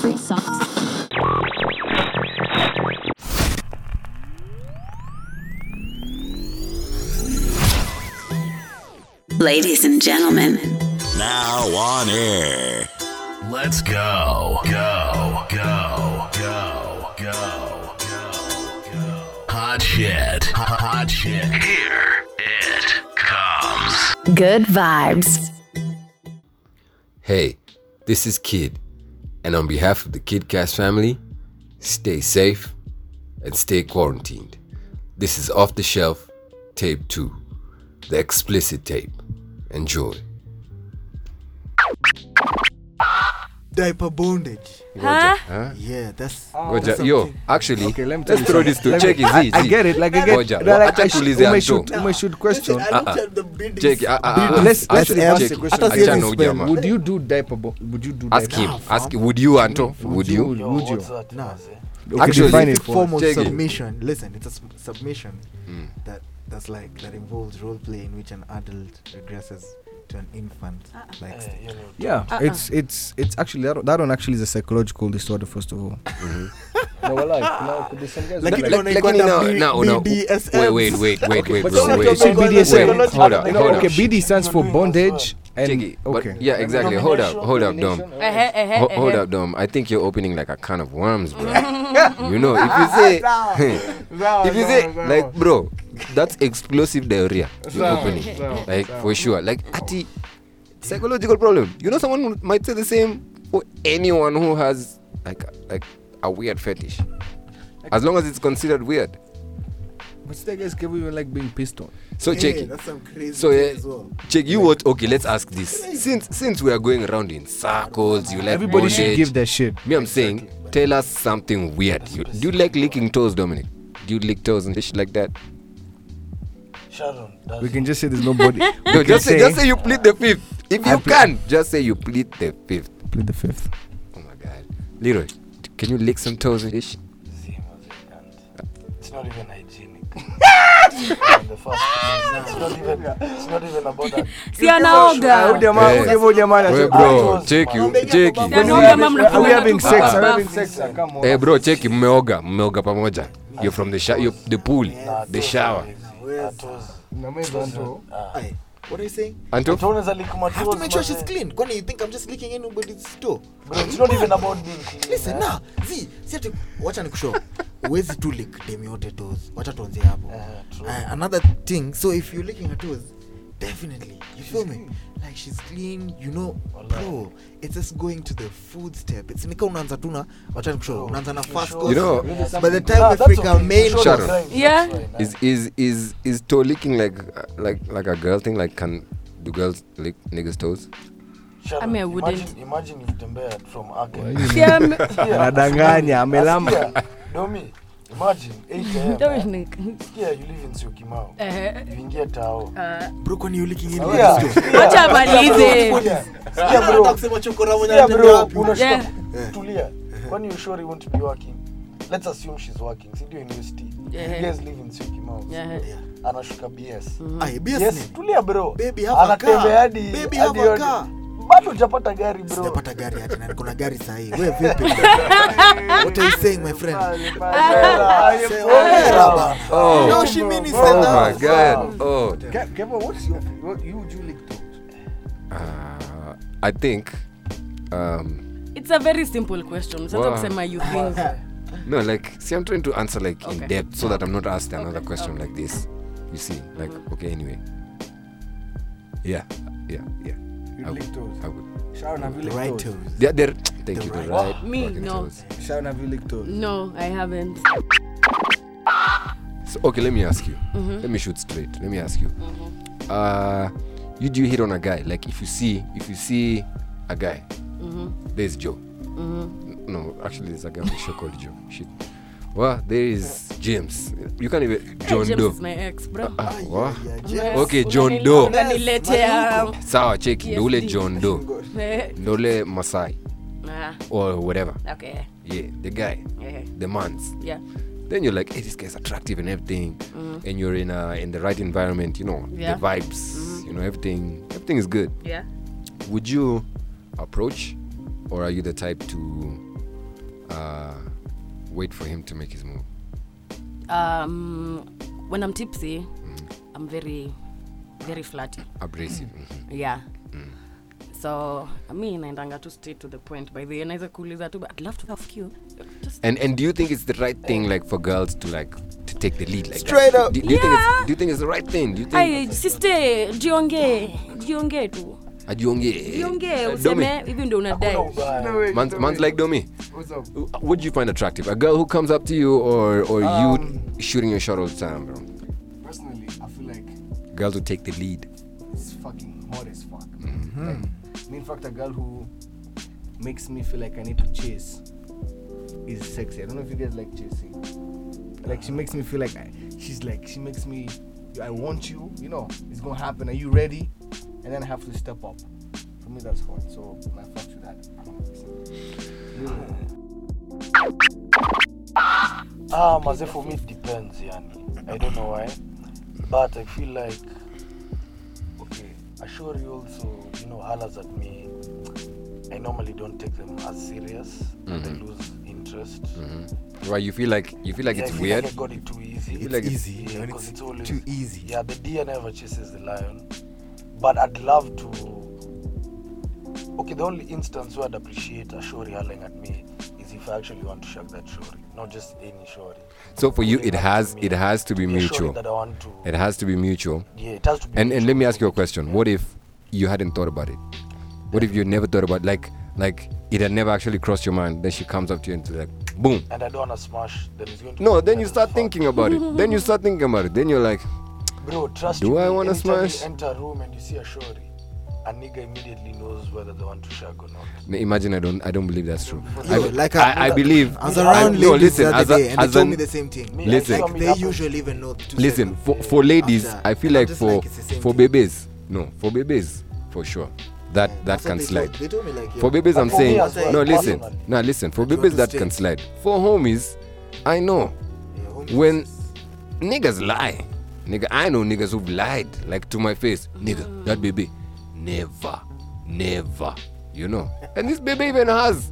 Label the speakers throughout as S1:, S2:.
S1: Free socks.
S2: Ladies and gentlemen,
S3: Now on air.
S4: Let's go. Go. Go. Go. Go. Go. Go. Hot shit. Hot, hot shit. Here it comes.
S1: Good vibes.
S5: Hey, this is Kid, and on behalf of the KidCast family, stay safe and stay quarantined. This is Off the Shelf, Tape 2, the explicit tape. Enjoy.
S6: diaper bondage.
S7: Huh?
S6: Yeah, that's.
S5: Ngoja,
S6: that's
S5: yo,
S6: something.
S5: actually,
S8: Oh, Okay, let me tell
S5: let's
S8: you
S5: throw
S8: something.
S5: this to
S8: Let me-
S5: Cheki
S8: I-
S5: Z.
S8: I get it, like I get
S5: Ngoja,
S8: it. Like,
S5: wacha
S8: I sh-
S5: tuulize
S8: umeshoot-
S5: Anto.
S8: umeshoot question.
S6: Listen, I looked at the buildings.
S5: Cheki, ah, ah, ah,
S8: Let's let's
S5: acha-
S8: ask
S5: Cheki,
S8: a question.
S5: acha
S8: Ask him,
S5: anaongea, man.
S8: Would you do diaper? Bo- would you do
S5: Ask
S8: diaper?
S5: him. Ask would you Anto? Would you?
S8: Would you?
S6: Nah.
S8: Okay,
S5: Actually,
S8: define it
S6: It's a
S8: for
S6: form
S8: us.
S6: of
S5: Check it.
S6: submission. Listen, it's a sub- submission that that's like that involves role play in which an adult regresses to an infant. Like state.
S8: Yeah, it's it's it's actually that one, that one actually is a psychological disorder first of all. Mm-hmm. no, well, like, no, could be some guys
S6: Like
S8: like,
S6: it-
S8: like,
S6: Like- Lakini now- now- now-
S5: Wait, wait, wait, wait, wait,
S8: but
S5: bro,
S8: some
S5: wait.
S8: people
S5: Wait,
S8: BDSM.
S5: Hold up,
S8: you know,
S5: hold up.
S8: okay, BD stands for bondage and
S5: Cheki, but-
S8: okay.
S5: yeah, exactly. Hold up, hold up, Dom.
S7: Eh, eh, eh,
S5: Ho- hold
S7: eh.
S5: up, Dom. I think you're opening like a can of worms, bro. you know, if you say, if you say, like, bro, that's explosive diarrhea you're opening, like for sure. Like, ati, psychological problem. You know, someone who might say the same for anyone who has like like a weird fetish, as long as it's considered weird.
S8: But still, guys, can we even like being pissed on?
S5: So
S6: Yeah,
S5: check it.
S6: That's some crazy
S5: So
S6: shit
S5: yeah,
S6: as well.
S5: check you what? Okay, let's ask this. Since since we are going around in circles, you like
S8: Everybody should
S5: bondage,
S8: give their shit.
S5: Me, I'm saying, tell us something weird. You, do you like licking toes, Dominic? Do you lick toes and shit like that?
S8: We can just say there's nobody. We
S5: No,
S8: can
S5: just say, just say you plead the fifth. If
S8: I
S5: you
S8: ple-
S5: can, just say you plead the fifth.
S8: play the fifth.
S5: Oh my God, Leroy, can you lick some toes and shit?
S9: It's not even hygienic. the first place. It's not even. It's not even about that.
S7: Si anaoga.
S5: Hey. Hey, Eh, bro,
S9: toes,
S5: check you,
S6: man.
S5: check
S6: When
S7: Si
S6: When
S5: you.
S6: we
S7: anaoga
S6: have-
S7: mama
S8: Are we
S7: mnafunga
S8: having
S7: tu
S8: sex?
S7: kwa
S8: Are we
S7: bafu.
S8: having sex? Come on.
S5: Hey bro, check mmeoga, mmeoga pamoja. You're from the shower, the pool, the shower.
S6: Where's- Aye. What are you saying?
S5: Anto,
S6: I have to make sure she's clean. Kwani you think I'm just licking anybody's toe?
S9: Bro, it's not even about being clean.
S6: Listen, nah, zi, si ati wacha nikushow. Huwezi tu lick dem yote toes. Wacha tuanzie hapo. Uh, another thing, so if you're licking her toes, definitely, you feel me? Like she's clean, you know, bro. It's just going to the food step. It's nika unaanza tu na wacha nikushow. Unaanza na fast course.
S5: You know-
S6: by the time we freak our main
S5: Sharon.
S6: course,
S7: Yeah.
S5: is is is is toe licking like uh, like like a girl thing? Like, can do girls lick niggas toes?
S7: I mean, I wouldn't.
S9: Imagine, imagine if Dembea from Ake.
S7: Si ame-
S8: Anadanganya, amelamba.
S9: Domi, imagine 8 a.m.
S7: Dominic.
S9: Yeah, eh? you live in Syokimau.
S7: Eh.
S9: You ingia tao.
S6: bro, kwani you're licking
S9: Yeah.
S6: anybody's toe?
S7: Acha amalize.
S9: Yeah.
S6: Ah,
S9: Yeah,
S6: nataka
S9: bro.
S6: kusema chokora mwenye
S9: Yeah,
S6: anatembea
S9: bro,
S6: wapi.
S9: unashtuka.
S7: Yeah.
S6: Eh.
S9: Tulia. Kwani you sure he won't be working? Let's assume she's working. Si ndio university.
S7: Yeah.
S9: You guys live in Syokimau.
S7: Yeah.
S9: Anashuka BS.
S6: Aye, BS
S9: Yes,
S6: name.
S9: tulia bro.
S6: Baby, have a car.
S9: Anatembea hadi
S6: Baby,
S9: hadi
S6: have a
S9: hadi-
S6: car.
S9: Bado hujapata gari bro.
S6: sijapata gari hati na niko na gari sahii we vipi what are you saying my friend Say, "Hongera bana."
S5: Oh.
S6: no she mean is
S5: Oh
S6: that-
S5: my God! Oh.
S8: Kevin, what's your what you would you lick to?
S5: Uh, I think, um,
S7: It's a very simple question. Sasa
S5: Wow.
S7: kusema you think.
S5: no, like, see, I'm trying to answer like in
S7: Okay.
S5: depth so that I'm not asked another question like this. You see, like, okay, anyway. Yeah, yeah, yeah. I
S8: You
S5: would,
S8: lick toes.
S5: I would.
S8: Sharon, have you licked
S6: right
S8: toes?
S6: toes
S5: They're, they're, thank you, the
S6: right-
S5: right.
S7: Me,
S5: fucking
S7: no.
S5: toes.
S8: Sharon, have you licked toes?
S7: No, I haven't.
S5: So, okay, let me ask you.
S7: Mm-hmm.
S5: Let me shoot straight. Let me ask you. Uh, you do hit on a guy. Like, if you see, if you see a guy,
S7: Mm-hmm.
S5: there's Joe. No, actually, there's a guy on the show called Joe. Shit. Well, there is James. You can't even John
S7: James
S5: Doe.
S7: is my ex, bro.
S5: Ah, what?
S7: Yes.
S5: Okay, John
S7: Unanile-
S5: Doe.
S7: unaniletea,
S5: Sawa, cheki. Ndo ule
S7: PhD.
S5: John Doe.
S7: eh,
S5: Ndo ule Masai
S7: ah,
S5: or whatever.
S7: okay,
S5: Yeah, the guy,
S7: eh,
S5: the man's.
S7: yeah.
S5: then you're like, hey, this guy's attractive and everything, and you're in uh, in the right environment, you know,
S7: Mm. Yeah. Mm.
S5: the vibes, you know, everything, everything is good.
S7: Yeah.
S5: Would you approach or are you the type to uh, wait for him to make his move?
S7: Um, when I'm tipsy, I'm very, very flirty.
S5: Abrasive.
S7: Mm.
S5: mhm.
S7: yeah so mi naendanga to stay to the point by the way, naweza kuuliza tu but I'd love to ask you Just-
S5: And and do you think it's the right thing like for girls to like to take the lead like
S6: Straight
S5: that?
S6: up.
S5: Do, do you think it's,
S7: Yeah.
S5: do you think it's the right thing? Do you think?
S7: Ai, sister jiongee jiongee tu
S5: Ajiongee.
S7: jiongee
S5: Uh,
S7: useme hivi ndio unadai
S5: Domi, man's, man's like Domi. What do you find attractive? A girl who comes up to you or or
S6: Um,
S5: you shooting your shot all the time, bro?
S8: Personally, I feel like
S5: Girls who take the lead.
S8: it's fucking hot as fuck.
S5: Mm-hmm.
S8: Like, me, in fact, a girl who makes me feel like I need to chase is sexy. I don't know if you guys like chasing. Like, she makes me feel like I, she's like, she makes me, I want you, you know, it's gonna happen. Are you ready? And then I have to step up. For me, that's hot. So, I fuck with that.
S9: Ah, maze for me it depends, yani. I don't know why, but I feel like okay. Ashori also, you know, hollers at me. I normally don't take them as serious, and I lose interest.
S5: Right? You feel like you feel Mm-hmm. like
S9: Yeah, I
S5: it's
S9: feel
S5: weird.
S9: Like I got it too easy.
S5: It's Like it's-
S6: easy
S9: Yeah,
S6: when
S9: 'cause
S6: it's
S9: it's always
S6: too easy.
S9: Yeah, the deer never chases the lion. But I'd love to. Okay, the only instance where I'd appreciate a shori hurling at me is if I actually want to shag that shori, not just any shori.
S5: So for you, it
S9: Hurling
S5: has
S9: at me.
S5: it has to be
S9: a shorty
S5: mutual.
S9: That I want to.
S5: It has to be mutual.
S9: Yeah, it has to be.
S5: And and
S9: mutual.
S5: let me ask you a question. What if you hadn't thought about it? What if you never thought about like like it had never actually crossed your mind? Then she comes up to you and she's like, boom.
S9: And I don't want to smash. Then it's going to.
S5: No,
S9: be
S5: then
S9: bad
S5: you
S9: as
S5: start
S9: fuck.
S5: thinking about it. Then you start thinking about it. Then you're like,
S9: Bro, trust
S5: Do
S9: me.
S5: I wanna
S9: anytime you
S5: smash?
S9: Enter room and you see a shori, a nigga immediately knows whether they want to shag or not.
S5: "Ma- imagine I don't I don't believe that's true.
S6: Yo,
S5: I,
S6: like uh,
S5: I, I believe.
S6: I was
S5: I,
S6: around
S5: no,
S6: ladies
S5: listen.
S6: the
S5: As
S6: other day,
S5: a,
S6: and they
S5: as
S6: told me
S5: an,
S6: the same thing.
S9: Me, I
S5: Listen.
S9: saw
S6: Like
S9: me
S6: they
S9: happen.
S6: usually even know. two
S5: listen
S6: seconds,
S5: for,
S6: yeah,
S5: for ladies.
S6: after.
S5: I feel
S6: I'm
S5: like
S6: just
S5: for
S6: it's the same
S5: for
S6: thing.
S5: babies. No, for babies for sure. That that
S6: That's what
S5: can
S6: they
S5: slide.
S6: told- They told me like "Oh, yeah,
S5: For babies, I'm
S9: for
S5: saying
S9: me as well,
S5: no. Listen,
S9: personally.
S5: no. Listen, for
S6: want
S5: babies
S6: to
S5: that
S6: stay.
S5: can slide. For homies, I know
S6: yeah, homies
S5: when
S6: is-
S5: niggas lie. Nigga, I know niggas who've lied like to my face. Nigga, that baby, never, never. You know, and this baby even has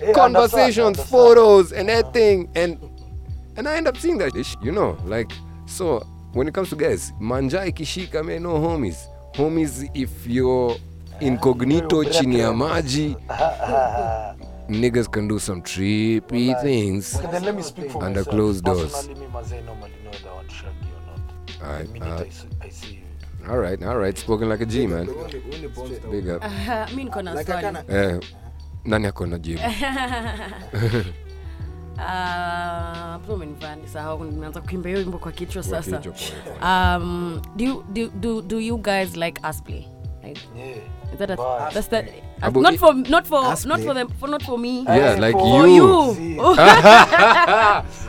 S9: Hey,
S5: conversations,
S9: understand,
S5: photos, and everything, and and I end up seeing that ish, you know, like so. When it comes to guys, manja ikishika, me no homies. Homies, if you're incognito chini ya maji, niggas can do some trippy things.
S9: Okay, then let me speak for
S5: Under
S9: myself.
S5: closed doors.
S9: Personally, me, Mazai, normally know whether I want to shag you or not.
S5: All right,
S9: The minute I, see, I see you.
S5: all right, all right. Spoken like a G, man. Big up.
S7: Ah, mi niko na
S6: like I
S7: swali
S6: kinda-
S5: Eh, nani ako na jibu?
S7: Ah, hapo umenivaa, nisahau, nimeanza kuimba hiyo wimbo kwa kichwa sasa
S5: kichwa, kwa
S7: um, do, you, do, do, do you guys like asplay like,
S9: Yeah.
S7: is that a,
S9: Bars.
S7: that's the,
S5: Abu-
S7: not for not for not
S6: Asplay?
S7: for them for not for me
S5: Yeah, like
S7: for
S5: you.
S7: you. Oh,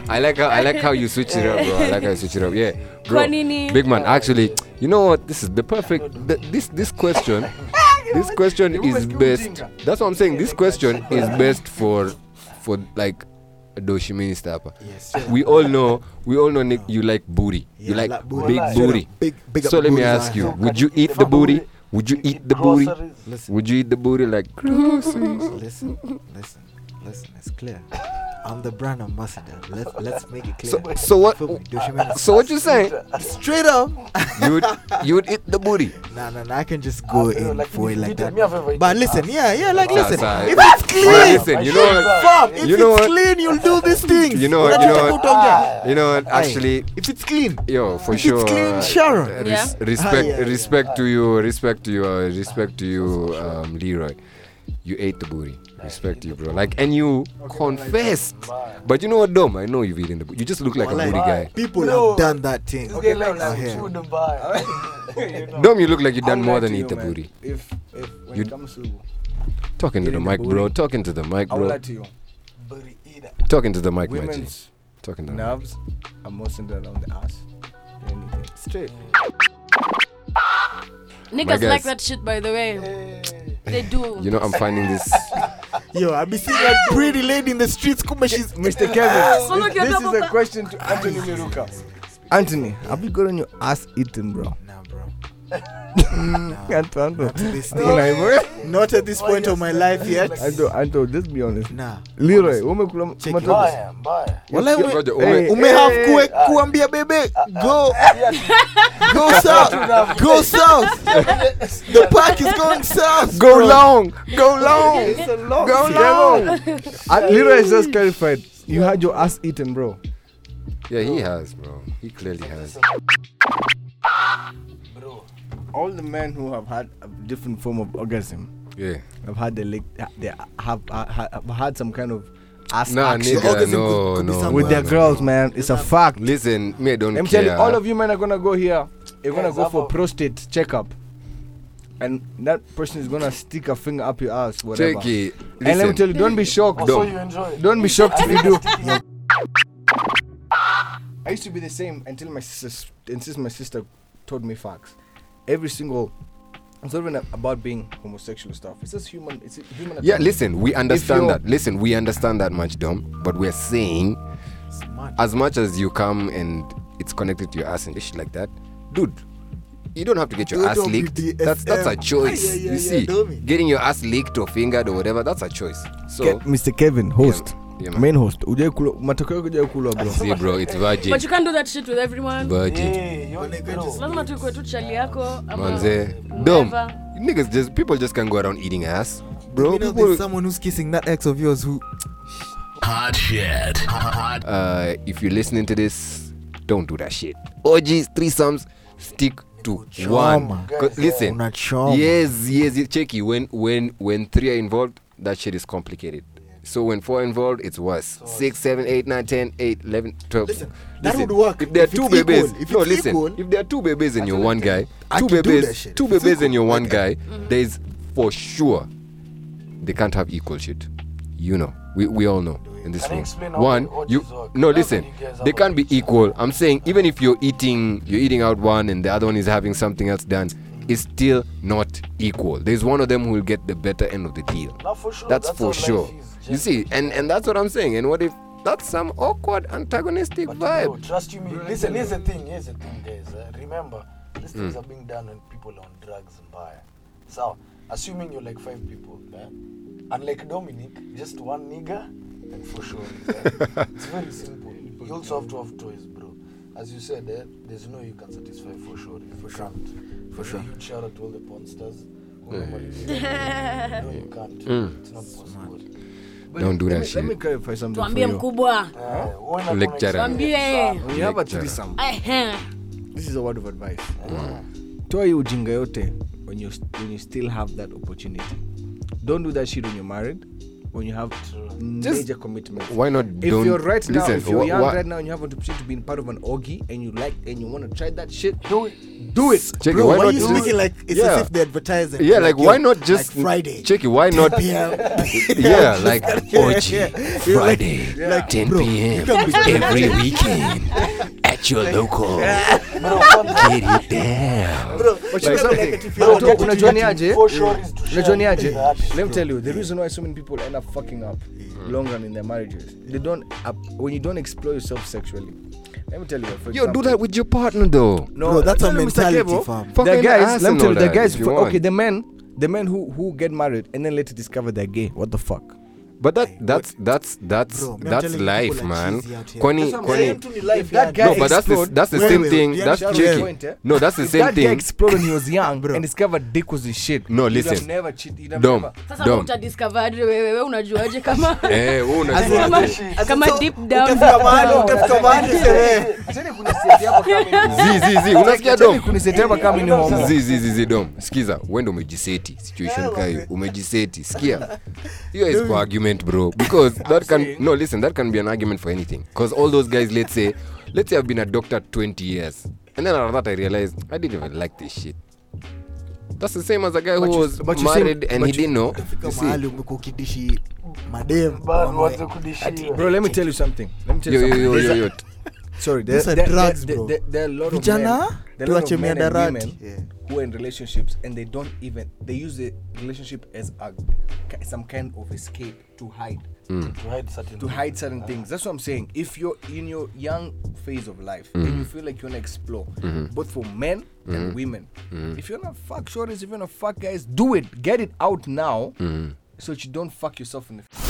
S5: I like how I like how you switch it up, bro. I like how you switch it up. Yeah, bro.
S7: Kwa nini?
S5: Big man, actually, you know what? This is the perfect. th this this question, this question is best. That's what I'm saying. This question is best for for like a doshi minister. hapa.
S6: Yes, yeah.
S5: We all know. We all know Nick, you like booty. You
S6: Yeah,
S5: like
S6: like booty.
S5: big
S9: Well, I-
S5: booty.
S6: Big, big up
S5: So let me
S6: booties,
S5: ask
S6: I-
S5: you:
S9: So
S5: Would
S9: can
S5: you
S9: you
S5: eat
S9: eat
S5: the booty?
S9: booty?
S5: Would you
S9: You
S5: eat
S9: eat
S5: the booty?
S9: groceries?
S6: Listen.
S5: Would you eat the booty like?
S6: Listen, listen, listen. It's clear. I'm the brand ambassador. Let's let's make it clear.
S5: So, so what? uh,
S6: Feel me? Doshimena.
S5: So what you saying?
S6: Straight up.
S5: You would, you would eat the booty.
S6: Nah, nah, nah. I can just go
S9: feel
S6: in
S9: Ah, like
S6: for it
S9: you
S6: like
S9: did me a favor,
S6: that. But
S9: you
S6: listen, yeah, yeah. Like
S5: Nah,
S6: listen.
S5: sorry.
S6: If it's
S5: Well,
S6: clean,
S5: listen, you know what?
S6: fam. If
S5: You know
S6: it's
S5: what?
S6: clean, you'll do these things.
S5: You know what,
S6: Unataka
S5: you know what?
S6: kutuambia?
S5: You know what? Actually,
S6: if it's clean,
S5: yo, for
S6: if
S5: sure.
S6: it's clean,
S5: uh,
S6: Sharon.
S5: res-
S7: Yeah.
S8: Ah,
S5: Respect,
S6: yeah, yeah.
S5: respect to you, respect to you, uh, respect to you, um, Leroy. You ate the booty. Respect to you, bro. Like, and you confessed. But you know what, Dom? I know you've eaten the booty. You just look like a
S6: Wallahi,
S5: booty guy.
S6: People
S9: No.
S6: have done that thing.
S9: Okay, like
S6: Out
S9: I'm
S6: here.
S9: true Dubai.
S5: Dom, you look like you've
S8: I'll
S5: done more
S8: lie
S5: than
S8: to
S5: eat
S8: you,
S5: the
S8: man.
S5: booty.
S8: If, if when
S5: You-
S8: it comes to,
S5: Talking to the
S8: Eating the
S5: mic, bro.
S8: booty.
S5: Talking to the mic,
S8: I will lie
S5: bro.
S8: to you.
S9: Buri ida.
S5: Talking to the mic, my G.
S8: Women's
S5: Talking to the mic.
S8: nerves are more centered around the ass than anything.
S5: Straight. My
S7: niggas
S5: guys.
S7: like that shit by the way they do
S5: You know, I'm finding this.
S6: Yo, I be seeing that pretty lady in the streets. Kumbe, she's
S8: Mr. Kevin,
S7: Solo
S8: this, this
S7: kidogo
S8: is a
S7: ba-
S8: question to Anthony Miruka. Anthony, have you gotten your ass eaten, bro?
S6: Nah, bro.
S8: Anto, Anto.
S6: Not at
S8: Mbona
S6: this stage.
S8: hivyo?
S6: Not at this point of my life yet.
S8: Anto, Anto, let's be honest. Oh,
S6: Nah.
S8: Leroy, umekula matoto.
S9: mbaya mbaya
S6: Wallahi
S5: Yeah,
S6: ume-
S5: ngoja,
S6: ume-
S5: ume-
S6: umehave
S8: eh,
S6: kuwe- kuambia
S9: Uh,
S6: bebe go go south go south the park is going south
S5: Go
S6: bro.
S5: long, go long, go long.
S8: Uh, Leroy is just clarified. You had your ass eaten, bro.
S5: Yeah, he has, bro. He clearly has.
S8: All the men who have had a different form of orgasm
S5: Yeah.
S8: have had the leg, they have, have, have had some kind of ass
S5: Nah,
S8: action
S5: nigga,
S6: orgasm
S5: no,
S6: could- could be
S5: no.
S6: somewhere.
S8: with
S5: no,
S8: their
S5: no,
S8: girls,
S5: no.
S8: man. It's a fact.
S5: Listen, me, I don't
S8: I'm
S5: care.
S8: telling you, all of you men are gonna go here. You're gonna
S9: Yeah,
S8: go for
S9: Zabo.
S8: prostate checkup, and that person is gonna stick a finger up your ass, whatever.
S5: Check it.
S8: And let me
S5: Listen.
S8: tell you, don't be shocked.
S9: so you enjoy it
S8: Don't be shocked if you do. I used to be the same until my sister, since my sister told me facts. Every single, it's not even about being homosexual stuff. It's just human. It's a human.
S5: Yeah,
S8: anatomy.
S5: listen, we understand
S8: you're-
S5: that. Listen, we understand that much, Dom. But we're saying, as much as you come and it's connected to your ass and shit like that, dude, you don't have to get your
S6: Dude
S5: ass
S6: of
S5: licked.
S6: BDSM.
S5: That's that's a choice.
S6: Yeah, yeah,
S5: you
S6: yeah,
S5: see,
S6: Domi.
S5: getting your ass licked or fingered or whatever, that's a choice. So,
S8: Ke- Mr. Kevin, host,
S5: Yeah, man.
S8: main host. Ujai kulo, matokeo yako hujai kulo, bro.
S5: see, bro, it's
S7: but
S5: virgin.
S7: you can't do that shit with everyone
S5: Virgin.
S9: Hey, you only bro.
S7: lazima tuikue tu chali yako ama
S5: Manze, Dom,
S7: whoever.
S5: niggas just people just can go around eating ass, bro.
S6: you know
S5: people-
S6: there's someone who's kissing that ex of yours who
S4: Hot shit. Hot,
S5: uh, if you're listening to this, don't do that shit. Orgies, threesomes, stick to one.
S6: Choma.
S5: 'Cause Listen,
S6: unachoma
S5: yes, yes, yes, check it. When when when three are involved, that shit is complicated. So when four are involved, it's worse. Six, seven, eight, nine, ten, eight, eleven, twelve.
S6: Listen, that would work
S5: If there are
S6: if
S5: two
S6: it's equal.
S5: babies,
S6: If
S5: no,
S6: it's
S5: listen.
S6: equal-
S5: if there are two babies and you're one guy,
S6: I
S5: two
S6: can do that
S5: babies,
S6: shit.
S5: two
S6: If it's
S5: babies and you're
S6: equal, Mm-hmm.
S5: one
S6: I
S5: guy, there's for sure they can't have equal shit. You know, we, we all know in this
S9: Can I
S5: room.
S9: explain how
S5: One,
S9: the
S5: you
S9: orgies work?
S5: no
S9: How can
S5: listen,
S9: you guys have
S5: they
S9: a
S5: can't be
S9: mixed
S5: equal. I'm saying even if you're eating, you're eating out one and the other one is having something else done, it's still not equal. There's one of them who will get the better end of the deal.
S9: Now, for sure,
S5: that's,
S9: that's
S5: for
S9: how life
S5: sure.
S9: is,
S5: You see, and and that's what I'm saying. And what if that's some awkward antagonistic
S9: Bro,
S5: vibe?
S9: trust you me. Listen, here's the thing. Here's the thing, guys. eh, remember, these things are being done when people are on drugs and buy. So, assuming you're like five people, eh, unlike Dominic, just one nigga, and for sure. eh, it's very simple. You also have to have toys, bro. As you said, eh, there's no you can satisfy for sure. For sure. For sure. Huge shout out to all the porn stars. who normally say, No, you can't. It's not possible.
S5: Don't do
S8: Let
S5: that
S8: me- Let me
S5: shit.
S8: clarify something for
S7: tuambie
S8: you.
S7: mkubwa
S9: Eh, why not
S5: Lecturer.
S9: wanna experience
S7: Tuambie.
S9: that?
S8: When you have a
S5: Lecturer.
S8: threesome,
S7: Ehe.
S8: this is a word of advice.
S5: Mm.
S8: Toa hiyo ujinga yote when you, when you still have that opportunity. Don't do that shit when you're married, when you have major commitments.
S5: Mm. Why not?
S8: if
S5: don't
S8: you're right now,
S5: listen,
S8: if you're
S5: wha-
S8: young
S5: wha-
S8: right now and you have an opportunity to be part of an orgy and you like and you want to try that shit, do it. Do it.
S5: Check it,
S6: Bro,
S5: why
S6: why, are
S5: not
S6: you
S5: just-
S6: speaking like it's
S5: yeah.
S6: as if they advertise it?
S5: yeah, like why
S6: yo,
S5: not just
S6: like Friday?
S5: Check it. Why not?
S6: Yeah.
S5: yeah, like orgy
S6: You're like-
S5: Friday,
S6: like,
S5: 10
S6: bro,
S5: p.m.
S6: can't be-
S5: every weekend at your local.
S9: Bro, what the-
S5: Get it down.
S6: Bro, but
S8: Like
S6: you
S8: something.
S6: like if
S8: Bro,
S6: you're
S8: to-
S6: not
S8: Unajuaniaje?
S9: For sure is to share
S8: Unajuaniaje?
S9: the habits,
S8: Let me
S9: bro.
S8: tell you, the reason why so many people end up fucking up
S5: Mm.
S8: long run in their marriages, they don't up, when you don't explore yourself sexually. Let me tell you. For
S5: Yo, do
S8: example-
S5: that with your partner though.
S8: No,
S6: Bro, that's a
S8: tell me, Mr.
S6: mentality,
S8: Kevo,
S6: fam.
S5: Fucking
S8: The guys,
S5: ass
S8: let me
S5: and
S8: tell you,
S5: all
S8: the
S5: that
S8: guys.
S5: if you
S8: fu-
S5: want.
S8: Okay, the men, the men who who get married and then later discover they're gay. What the fuck?
S5: But that that's that's that's
S6: Bro, me, I'm
S5: that's
S6: telling you,
S5: life,
S6: people are
S5: man.
S6: cheesy out here.
S5: Kwani
S8: That's what I'm saying.
S5: kwani
S8: If that guy
S5: no, but that's the,
S8: explored,
S5: that's the
S6: Wait,
S5: same
S6: wait,
S5: thing.
S6: wait,
S5: That's
S8: yeah,
S5: cheeky.
S8: point, eh?
S5: No, that's the
S8: if
S5: same
S8: that guy
S5: thing.
S8: explored when he was young
S6: Bro.
S8: and discovered dick was his shit.
S5: No,
S8: he'd have
S5: listen.
S8: never cheat- he'd have
S5: Dom,
S8: never-
S7: sasa
S5: dom.
S7: utajiscoverje wewe unajuaje kama
S5: Eh, wewe unajua.
S7: kama,
S6: As
S7: kama
S6: in so,
S7: deep down
S6: utafika mahali, utafika mahali, eh,
S8: Acheni kunisetia hapa kama
S5: Zi
S8: ni-
S5: zi zi, unasikia
S8: Acheni
S5: dom?
S8: kunisetia hapa kama ni homo.
S5: Zi zi zi zi dom. Sikiza, wewe ndo umejiseti situation kama hiyo. Umejiseti. Sikia. Hiyo is for argument bro because that can no listen that can be an argument for anything because all those guys let's say let's say I've been a doctor 20 years and then after that I realized I didn't even like this shit. That's the same as a guy who
S8: But you-
S5: was
S8: but you say-
S5: married and
S8: but
S5: he
S8: you-
S5: didn't know. You
S6: Fika
S5: see?
S6: mahali umekuwa ukidishi madem
S9: But
S6: ama-
S9: what's the condition?
S8: Bro, let me tell you something. Let me tell
S5: Yo,
S8: you
S5: yo,
S8: something.
S5: yo, yo, yo.
S8: Sorry, there,
S6: These
S8: there,
S6: are
S8: there,
S6: drugs,
S8: there,
S6: bro.
S8: there, there are a lot of men,
S6: Vijana,
S8: there are a lot
S6: tuache
S8: of men and
S6: mihadarati.
S8: women
S6: Yeah.
S8: who are in relationships and they don't even they use the relationship as a some kind of escape to hide
S9: to hide certain
S8: to hide certain things. That's what I'm saying. If you're in your young phase of life and you feel like you wanna explore, both for men and women, if you wanna fuck shorties, if you wanna fuck guys, do it. Get it out now, so that you don't fuck yourself in the.